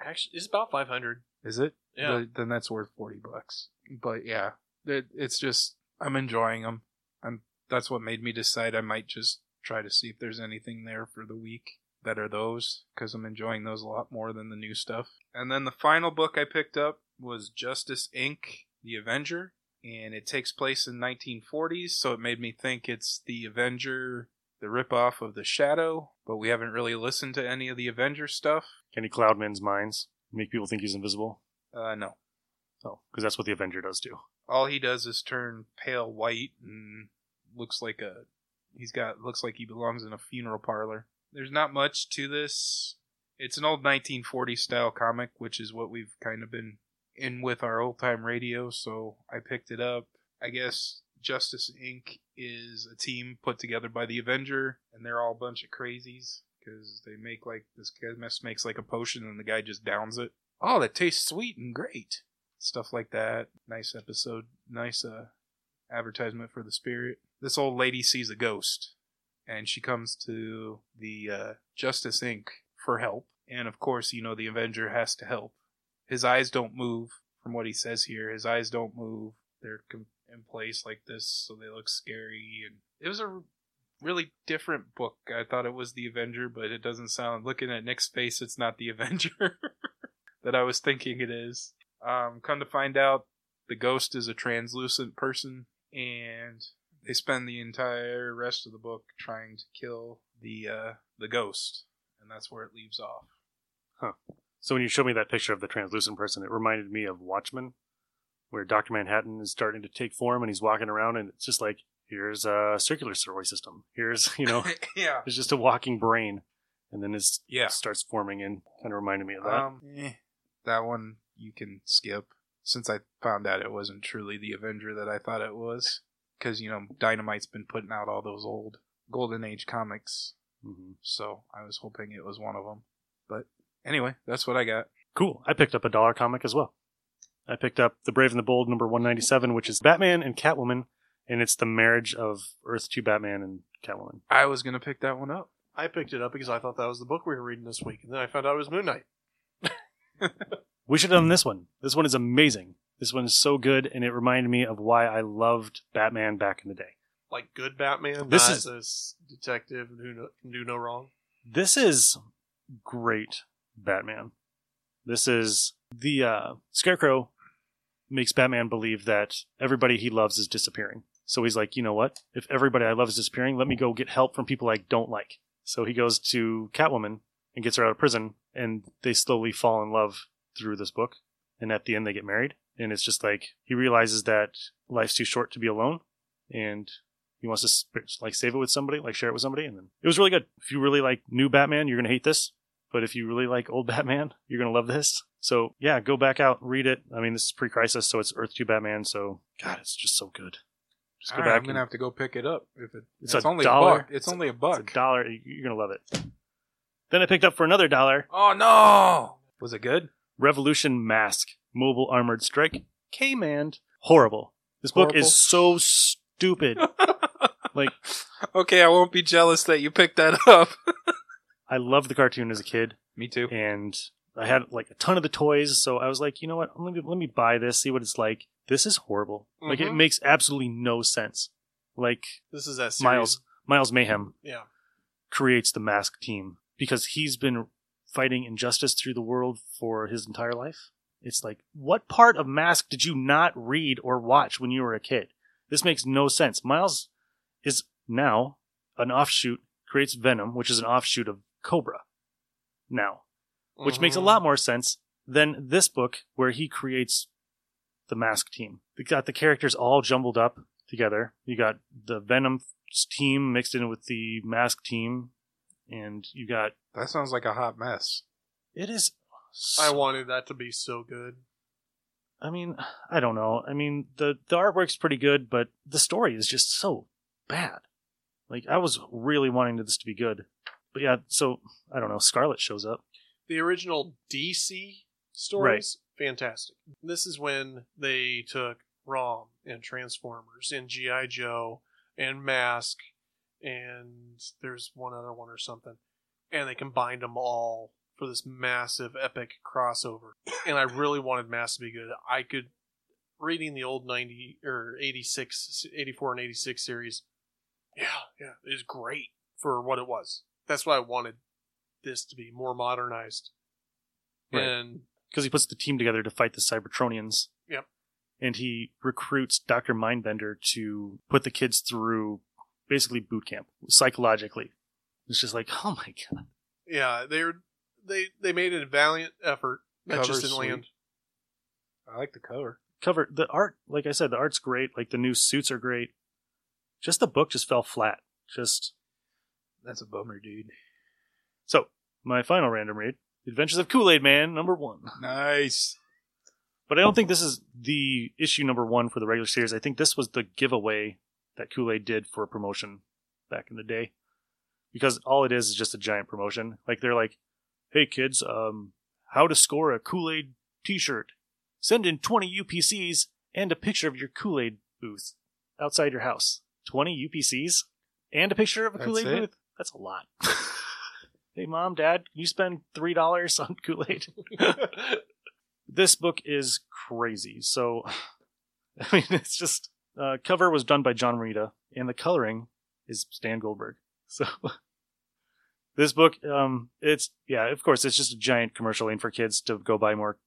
Speaker 2: Actually, it's about 500.
Speaker 1: Is it?
Speaker 2: Yeah.
Speaker 1: Th- then that's worth 40 bucks. But yeah, it, it's just, I'm enjoying them. I'm, that's what made me decide I might just try to see if there's anything there for the week that are those, because I'm enjoying those a lot more than the new stuff. And then the final book I picked up was Justice Inc., The Avenger, and it takes place in 1940s, so it made me think it's The Avenger, the ripoff of The Shadow, but we haven't really listened to any of the Avenger stuff.
Speaker 3: Can he cloud men's minds? Make people think he's invisible?
Speaker 1: Uh, no.
Speaker 3: Oh, because that's what the Avenger does too.
Speaker 1: all he does is turn pale white and looks like a he's got looks like he belongs in a funeral parlor. There's not much to this. It's an old 1940 style comic, which is what we've kind of been in with our old time radio, so I picked it up. I guess Justice Inc. is a team put together by the Avenger, and they're all a bunch of crazies because they make like this chemist makes like a potion, and the guy just downs it. Oh, that tastes sweet and great stuff like that. Nice episode, nice uh, advertisement for the spirit. This old lady sees a ghost, and she comes to the uh, Justice Inc. for help. And of course, you know the Avenger has to help. His eyes don't move, from what he says here. His eyes don't move. They're com- in place like this, so they look scary. And it was a r- really different book. I thought it was the Avenger, but it doesn't sound. Looking at Nick's face, it's not the Avenger that I was thinking it is. Um, come to find out, the ghost is a translucent person, and they spend the entire rest of the book trying to kill the uh, the ghost, and that's where it leaves off.
Speaker 3: So when you showed me that picture of the translucent person, it reminded me of Watchmen, where Doctor Manhattan is starting to take form and he's walking around, and it's just like here's a circular steroid system. Here's you know,
Speaker 1: yeah,
Speaker 3: it's just a walking brain, and then his
Speaker 1: yeah.
Speaker 3: starts forming and kind of reminded me of that.
Speaker 1: Um, eh, that one you can skip since I found out it wasn't truly the Avenger that I thought it was, because you know Dynamite's been putting out all those old Golden Age comics,
Speaker 3: hmm
Speaker 1: so I was hoping it was one of them. But anyway, that's what I got.
Speaker 3: Cool. I picked up a dollar comic as well. I picked up The Brave and the Bold number 197, which is Batman and Catwoman, and it's the marriage of Earth 2 Batman and Catwoman.
Speaker 1: I was gonna pick that one up.
Speaker 2: I picked it up because I thought that was the book we were reading this week, and then I found out it was Moon Knight.
Speaker 3: We should have done this one. This one is amazing. This one is so good, and it reminded me of why I loved Batman back in the day.
Speaker 2: Like good Batman,
Speaker 3: This
Speaker 2: not
Speaker 3: is-
Speaker 2: this detective who no- can do no wrong.
Speaker 3: This is great Batman. This is the uh, Scarecrow makes Batman believe that everybody he loves is disappearing. So he's like, you know what? If everybody I love is disappearing, let me go get help from people I don't like. So he goes to Catwoman and gets her out of prison, and they slowly fall in love through this book. And at the end, they get married. And it's just like he realizes that life's too short to be alone, and he wants to sp- like save it with somebody, like share it with somebody, and then it was really good. If you really like new Batman, you're gonna hate this, but if you really like old Batman, you're gonna love this. So yeah, go back out, read it. I mean, this is pre-crisis, so it's Earth Two Batman. So God, it's just so good. Just go
Speaker 1: All right,
Speaker 3: back.
Speaker 1: I'm gonna
Speaker 3: and-
Speaker 1: have to go pick it up. If it,
Speaker 3: It's
Speaker 1: it's,
Speaker 3: a
Speaker 1: only
Speaker 3: dollar.
Speaker 1: a buck. It's,
Speaker 3: It's a-
Speaker 1: only a
Speaker 3: it's a
Speaker 1: buck.
Speaker 3: dollar. You're gonna love it. Then I picked up for another dollar
Speaker 1: oh no! Was it good?
Speaker 3: Revolution Mask, Mobile Armored Strike, K Man. Horrible. This book
Speaker 1: Horrible.
Speaker 3: is so stupid. like,
Speaker 1: okay, I won't be jealous that you picked that up.
Speaker 3: I loved the cartoon as a kid,
Speaker 1: Me too.
Speaker 3: and I had like a ton of the toys, so I was like, you know what? Let me let me buy this, see what it's like. This is horrible. Like, it
Speaker 2: Mhm.
Speaker 3: makes absolutely no sense. Like
Speaker 2: This is that series.
Speaker 3: Miles Miles Mayhem
Speaker 2: Yeah.
Speaker 3: creates the Mask team because he's been fighting injustice through the world for his entire life. It's like, what part of Mask did you not read or watch when you were a kid? This makes no sense. Miles is now an offshoot, creates Venom, which is an offshoot of Cobra now, which makes a
Speaker 1: Mm-hmm.
Speaker 2: Mhm.
Speaker 3: lot more sense than this book where he creates the Mask team. They got the characters all jumbled up together. You got the Venom team mixed in with the Mask team, and you got
Speaker 1: That sounds like a hot mess.
Speaker 3: it is.
Speaker 2: I
Speaker 3: so-
Speaker 2: wanted that to be so good.
Speaker 3: I mean, I don't know. I mean, the the artwork's pretty good, but the story is just so bad. Like I was really wanting this to be good, But yeah, so I don't know. Scarlet shows up.
Speaker 2: the original DC stories, fantastic. This is when they took ROM and Transformers and G.I. Joe and Mask and there's one other one or something. And they combined them all for this massive epic crossover. And I really wanted Mask to be good. I could reading the old 90 or 86 84 and 86 series. Yeah, yeah, it was great for what it was. That's what I wanted this to be more modernized.
Speaker 3: Right.
Speaker 2: And
Speaker 3: because he puts the team together to fight the Cybertronians.
Speaker 2: Yep.
Speaker 3: And he recruits Dr. Mindbender to put the kids through basically boot camp psychologically. It's just like, oh my god.
Speaker 2: yeah, they're they they made a valiant effort. That
Speaker 1: Cover's
Speaker 2: just didn't
Speaker 1: sweet.
Speaker 2: land.
Speaker 1: I like the cover.
Speaker 3: Cover the art, like I said, the art's great. Like the new suits are great. Just the book just fell flat. Just
Speaker 1: That's a bummer, dude.
Speaker 3: so my final random read: The Adventures of Kool Aid Man, number one.
Speaker 1: Nice.
Speaker 3: But I don't think this is the issue number one for the regular series. I think this was the giveaway that Kool Aid did for promotion back in the day, because all it is is just a giant promotion. Like they're like, "Hey kids, um, how to score a Kool Aid T-shirt? Send in twenty UPCs and a picture of your Kool Aid booth outside your house. Twenty UPCs and a picture of a
Speaker 1: That's
Speaker 3: Kool Aid
Speaker 1: it?
Speaker 3: booth. That's a lot." hey mom, dad, can you spend three dollars on Kool Aid? this book is crazy. So, I mean, it's just uh, cover was done by John Romita, and the coloring is Stan Goldberg. So, this book, um, it's yeah, of course, it's just a giant commercial lane for kids to go buy more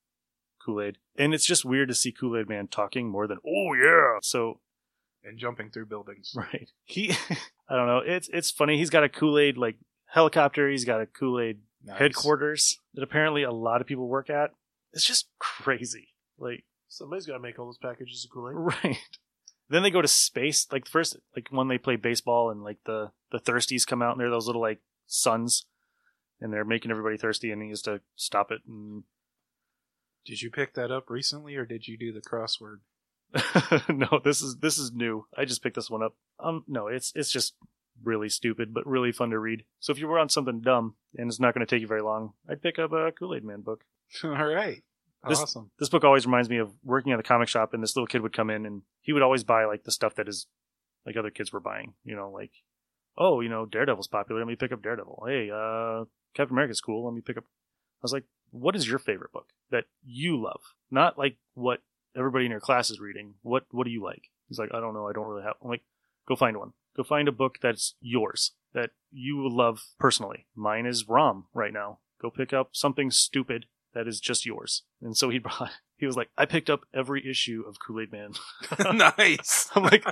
Speaker 3: Kool Aid, and it's just weird to see Kool Aid Man talking more than oh yeah. So
Speaker 1: And jumping through buildings.
Speaker 3: Right. He, I don't know. It's it's funny. He's got a Kool Aid like helicopter. He's got a Kool Aid
Speaker 1: Nice.
Speaker 3: headquarters that apparently a lot of people work at. It's just crazy. Like
Speaker 2: Somebody's got to make all those packages of Kool Aid.
Speaker 3: right. Then they go to space. Like the first, like when they play baseball and like the the thirsties come out and they're those little like suns, and they're making everybody thirsty, and he has to stop it. And
Speaker 1: Did you pick that up recently, or did you do the crossword?
Speaker 3: no, this is this is new. I just picked this one up. Um, no, it's it's just really stupid, but really fun to read. So if you were on something dumb and it's not going to take you very long, I'd pick up a Kool Aid Man book.
Speaker 1: All right.
Speaker 3: This-
Speaker 1: awesome.
Speaker 3: This book always reminds me of working at the comic shop, and this little kid would come in and he would always buy like the stuff that is like other kids were buying. You know, like oh, you know, Daredevil's popular. Let me pick up Daredevil. Hey, uh, Captain America's cool. Let me pick up. I was like, what is your favorite book that you love? Not like what everybody in your class is reading. What what do you like? He's like, I don't know. I don't really have. I'm like, go find one. Go find a book that's yours that you love personally. Mine is Rom right now. Go pick up something stupid that is just yours. And so he brought. He was like, I picked up every issue of Kool Aid Man.
Speaker 1: nice.
Speaker 3: I'm like,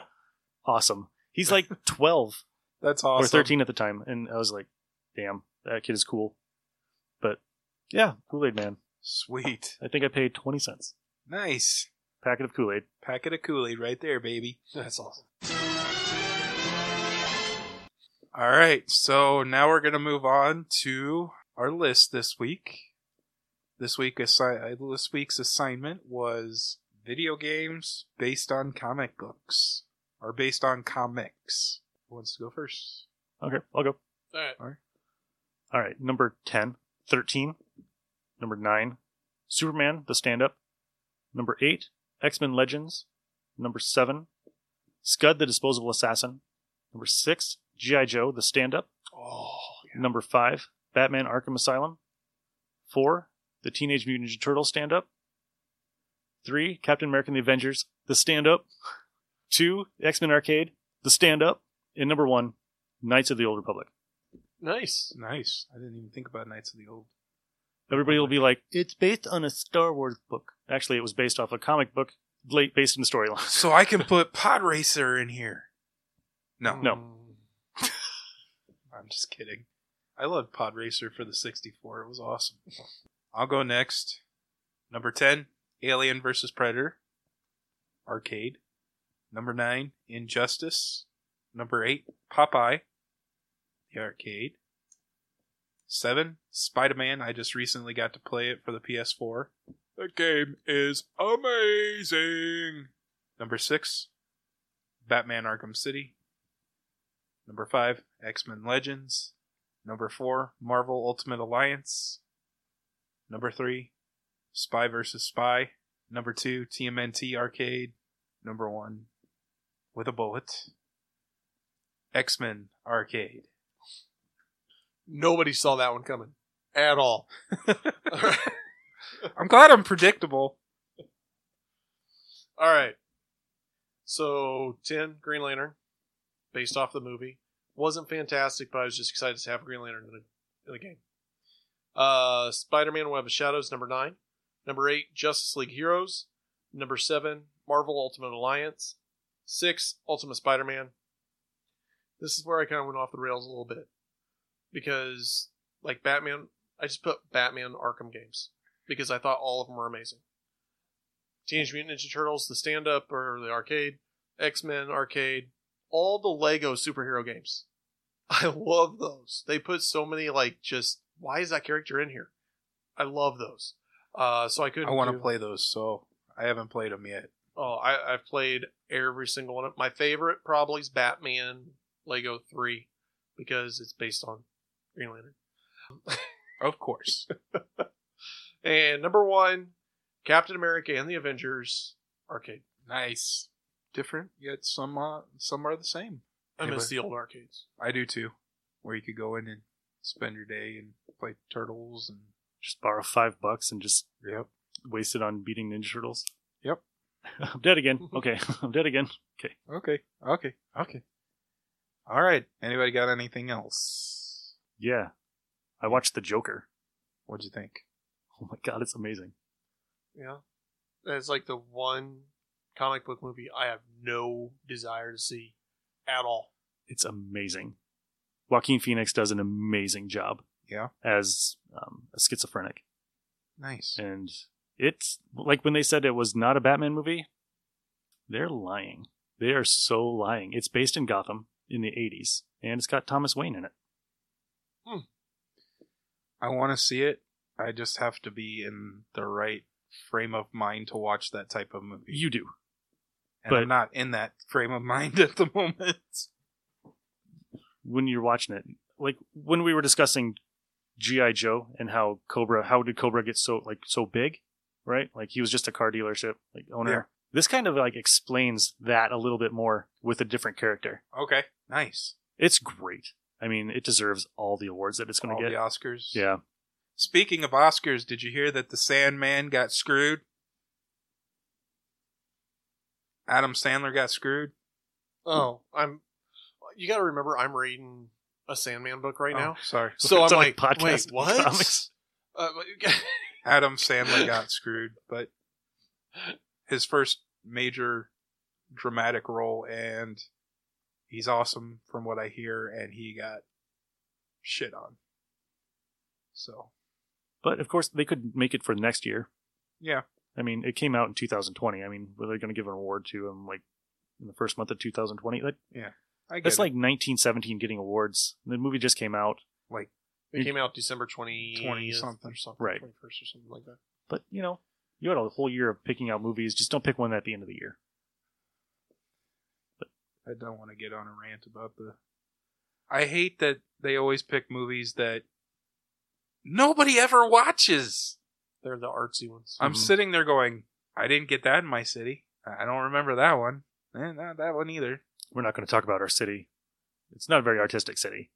Speaker 3: awesome. He's like 12
Speaker 1: That's
Speaker 3: or
Speaker 1: awesome.
Speaker 3: 13 at the time, and I was like, "Damn, that kid is cool." But yeah, Kool Aid Man.
Speaker 1: Sweet.
Speaker 3: I think I paid 20 cents
Speaker 1: Nice.
Speaker 3: packet of Kool Aid.
Speaker 1: Packet of Kool Aid right there, baby.
Speaker 2: That's awesome.
Speaker 1: All right, so now we're going to move on to our list this week. This week, assi- uh, this week's assignment was video games based on comic books or based on comics. Who wants to go first?
Speaker 3: Okay, I'll go.
Speaker 2: All right.
Speaker 3: All right, number 10, 13, number 9, Superman the Stand Up, number 8, X Men Legends, number 7, Scud the Disposable Assassin, number 6, G.I. Joe the Stand Up,
Speaker 2: Oh,
Speaker 3: Number five, Batman Arkham Asylum. Four, The Teenage Mutant Ninja Turtles stand up. Three, Captain America and the Avengers, The Stand Up. Two, X Men Arcade, The Stand Up. And number one, Knights of the Old Republic.
Speaker 2: nice.
Speaker 1: Nice. I didn't even think about Knights of the Old.
Speaker 3: Everybody will be like, it's based on a Star Wars book. Actually, it was based off a comic book late based in the storyline.
Speaker 1: So I can put Pod Racer in here. No,
Speaker 3: No.
Speaker 2: Mm,
Speaker 1: I'm just kidding. I loved Pod Racer for the 64. It was awesome. I'll go next. Number 10, Alien vs. Predator. Arcade. Number 9, Injustice. Number 8, Popeye. The arcade. 7, Spider Man. I just recently got to play it for the PS4. The game is amazing. Number 6, Batman Arkham City. Number 5, X Men Legends. Number four, Marvel Ultimate Alliance. Number three, Spy vs. Spy. Number two, TMNT Arcade. Number one, With a Bullet. X Men Arcade.
Speaker 2: Nobody saw that one coming at all.
Speaker 1: I'm glad I'm predictable.
Speaker 2: All right. So, 10, Green Lantern, based off the movie. Wasn't fantastic, but I was just excited to have Green Lantern in a, in a game. Uh, Spider Man Web of Shadows, number 9. Number 8, Justice League Heroes. Number 7, Marvel Ultimate Alliance. 6, Ultimate Spider Man. This is where I kind of went off the rails a little bit. Because, like Batman, I just put Batman Arkham games because I thought all of them were amazing. Teenage Mutant Ninja Turtles, the stand up or the arcade, X Men arcade, all the Lego superhero games. I love those. They put so many, like, just why is that character in here? I love those. Uh, so I couldn't.
Speaker 1: I want to
Speaker 2: do-
Speaker 1: play those, so I haven't played them yet.
Speaker 2: Oh, I, I've played every single one. of My favorite probably is Batman Lego 3 because it's based on Green Lantern.
Speaker 1: Of course.
Speaker 2: And number one, Captain America and the Avengers arcade.
Speaker 1: nice. Different, yet some uh, some are the same.
Speaker 2: I
Speaker 1: Yeah,
Speaker 2: miss
Speaker 1: but-
Speaker 2: the old arcades.
Speaker 1: I do too. Where you could go in and spend your day and play turtles and
Speaker 3: Just borrow five bucks and just
Speaker 1: Yep.
Speaker 3: waste it on beating Ninja Turtles.
Speaker 1: Yep.
Speaker 3: I'm dead again. Okay, I'm dead again.
Speaker 1: Okay. Okay. Okay. All right. Anybody got anything else?
Speaker 3: Yeah, I watched The Joker.
Speaker 1: What'd you think?
Speaker 3: Oh my god, it's amazing.
Speaker 2: Yeah. That's like the one comic book movie I have no desire to see at all.
Speaker 3: It's amazing. Joaquin Phoenix does an amazing job
Speaker 1: Yeah.
Speaker 3: as um, a schizophrenic,
Speaker 1: Nice.
Speaker 3: and it's like when they said it was not a Batman movie. They're lying. They are so lying. It's based in Gotham in the '80s, and it's got Thomas Wayne in it.
Speaker 1: I want to see it. I just have to be in the right frame of mind to watch that type of movie.
Speaker 3: You do.
Speaker 1: and
Speaker 3: but-
Speaker 1: I'm not in that frame of mind at the moment.
Speaker 3: when you're watching it like when we were discussing gi joe and how cobra how did cobra get so like so big right like he was just a car dealership like owner
Speaker 1: Yeah.
Speaker 3: this kind of like explains that a little bit more with a different character
Speaker 1: Okay. Nice.
Speaker 3: it's great i mean it deserves all the awards that it's going
Speaker 1: All
Speaker 3: to
Speaker 1: the
Speaker 3: get
Speaker 1: Oscars.
Speaker 3: yeah
Speaker 1: Speaking of Oscars, did you hear that the Sandman got screwed? Adam Sandler got screwed.
Speaker 2: Oh, I'm. You got to remember, I'm reading a Sandman book right
Speaker 1: Oh,
Speaker 2: now.
Speaker 1: sorry.
Speaker 2: So
Speaker 3: It's
Speaker 2: I'm
Speaker 3: on a
Speaker 2: like, wait,
Speaker 3: podcast
Speaker 2: what?
Speaker 3: comics.
Speaker 2: Uh,
Speaker 1: Adam Sandler got screwed, but his first major dramatic role, and he's awesome from what I hear, and he got shit on. So
Speaker 3: but of course they could make it for next year
Speaker 1: yeah,
Speaker 3: i mean it came out in 2020 i mean were they going to give an award to him like in the first month of 2020 like
Speaker 1: I get
Speaker 3: that's
Speaker 1: it.
Speaker 3: like 1917 getting awards the movie just came out
Speaker 2: it came out December 20th
Speaker 1: 20 something.
Speaker 2: or something,
Speaker 3: Right.
Speaker 2: 21st or something like that.
Speaker 3: But you know, you had a whole year of picking out movies. Just don't pick one at the end of the year.
Speaker 1: I don't want to get on a rant about the. I hate that they always pick movies that nobody ever watches.
Speaker 2: They're the artsy ones.
Speaker 1: I'm
Speaker 3: Mhm.
Speaker 1: sitting there going, I didn't get that in my city. I I don't remember that one. Eh, not that one either.
Speaker 3: We're not going to talk about our city. It's not a very artistic city.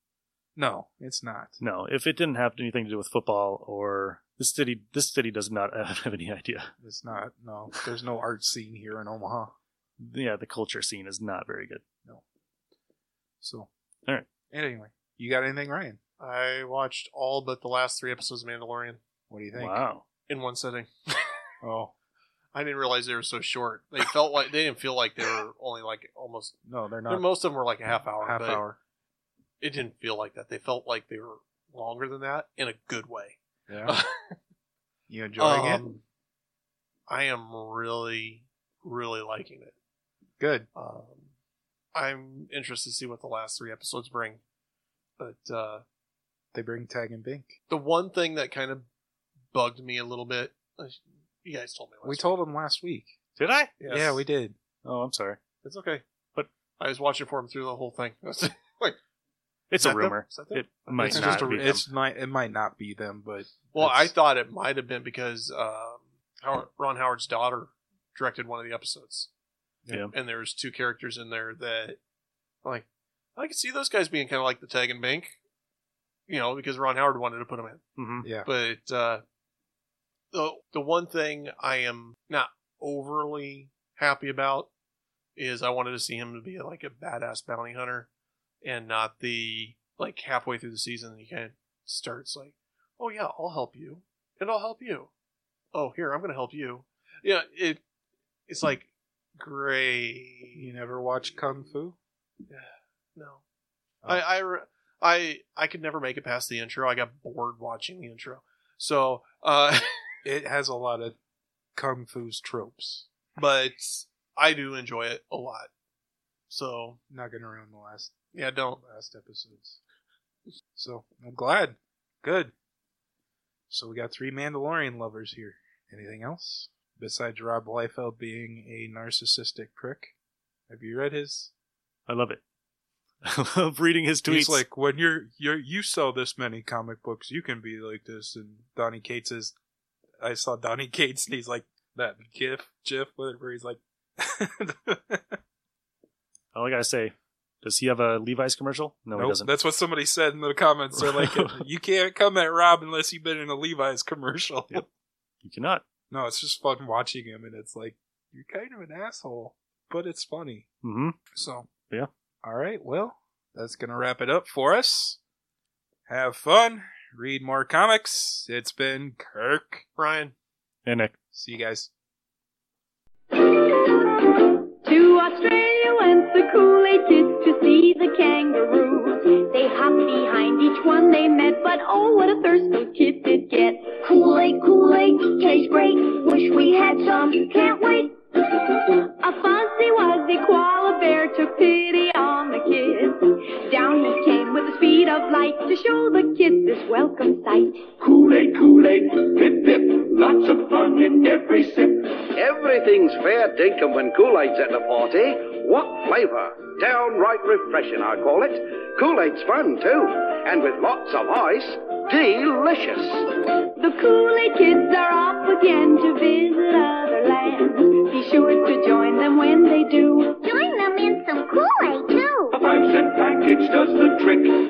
Speaker 1: No, it's not.
Speaker 3: No, if it didn't have anything to do with football or this city, this city does not have any idea.
Speaker 1: It's not. No, there's no art scene here in Omaha.
Speaker 3: Yeah, the culture scene is not very good.
Speaker 1: So,
Speaker 3: All right.
Speaker 1: Anyway, you got anything, Ryan?
Speaker 2: I watched all but the last three episodes of Mandalorian
Speaker 1: What do you think?
Speaker 3: Wow,
Speaker 2: in one sitting.
Speaker 1: Oh
Speaker 2: I didn't realize they were so short. They felt like they didn't feel like they were only like almost.
Speaker 1: no, they're
Speaker 2: they're-
Speaker 1: not.
Speaker 2: Most of them were like a half hour.
Speaker 1: half
Speaker 2: but
Speaker 1: hour.
Speaker 2: It didn't feel like that. They felt like they were longer than that in a good way.
Speaker 1: Yeah. you enjoying it?
Speaker 2: Um, I am really, really liking it.
Speaker 1: Good.
Speaker 2: Um, I'm interested to see what the last three episodes bring. But uh,
Speaker 1: They bring Tag and Bink.
Speaker 2: the one thing that kind of bugged me a little bit, uh, you guys told me. Last
Speaker 1: We told them last week.
Speaker 3: did I?
Speaker 2: week. Yes.
Speaker 1: Yeah, we did.
Speaker 3: Oh, I'm sorry.
Speaker 2: It's okay.
Speaker 3: But-
Speaker 2: I was watching for him through the whole thing. I was like,
Speaker 3: It's a rumor.
Speaker 2: Is that them?
Speaker 3: It might
Speaker 2: It's
Speaker 3: not
Speaker 2: just a-
Speaker 3: be. them.
Speaker 1: It's might it might not be them, but
Speaker 2: Well, I
Speaker 1: That's-
Speaker 2: thought it might have been because um, Howard, Ron Howard's daughter directed one of the episodes.
Speaker 3: Yeah.
Speaker 2: And there's two characters in there that, like, I could see those guys being kind of like the Tag and Bank, you know, because Ron Howard wanted to put them in.
Speaker 3: hmm
Speaker 1: yeah,
Speaker 2: But uh, the the one thing I am not overly happy about is I wanted to see him to be like a badass bounty hunter, and not the like halfway through the season he kind of starts like, oh yeah, I'll help you, and I'll help you. Oh here, I'm gonna help you. Yeah, it it's like great.
Speaker 1: you never watch Kung Fu.
Speaker 2: No,
Speaker 1: Oh.
Speaker 2: I, I re- I I could never make it past the intro. I got bored watching the intro. So. uh
Speaker 1: It has a lot of Kung Fu's tropes.
Speaker 2: but I do enjoy it a lot. So
Speaker 1: Not gonna ruin the last
Speaker 2: yeah, don't.
Speaker 1: last episodes. So I'm glad. Good. So we got three Mandalorian lovers here. Anything else besides Rob Liefeld being a narcissistic prick? Have you read his?
Speaker 3: I love it. I love reading his tweets.
Speaker 1: He's like, when you're you you sell this many comic books, you can be like this. And Donnie Cates is. I saw Donnie Cates, and he's like that gif, gif, whatever. He's like,
Speaker 3: all I gotta say, does he have a Levi's commercial? No, he
Speaker 1: nope,
Speaker 3: doesn't.
Speaker 1: that's what somebody said in the comments. They're like, you can't come at Rob unless you've been in a Levi's commercial.
Speaker 3: Yep. You cannot.
Speaker 1: No, it's just fun watching him, and it's like you're kind of an asshole, but it's funny.
Speaker 3: hmm
Speaker 1: So
Speaker 3: Yeah.
Speaker 1: All right. Well, that's gonna wrap it up for us. Have fun. Read more comics. It's been Kirk.
Speaker 2: Ryan,
Speaker 3: And Nick.
Speaker 1: See you guys.
Speaker 4: To Australia went the Kool-Aid kids to see the kangaroos. They hopped behind each one they met, but oh, what a thirst those kids did get. Kool-Aid, Kool-Aid, tastes great. Wish we had some, can't wait. A fuzzy wuzzy koala bear took pity on the kids. Down he came with a speed of light to show the kids this welcome sight.
Speaker 5: Kool-Aid, Kool-Aid, pip, pip, lots of fun in every sip.
Speaker 6: Everything's fair dinkum when Kool-Aid's at the party. What flavor? Downright refreshing, I call it. Kool-Aid's fun, too. And with lots of ice, delicious.
Speaker 4: The Kool-Aid kids are off again to visit other lands. Be sure to join them when they do.
Speaker 7: Join them in some Kool-Aid too.
Speaker 5: A five-cent package does the trick.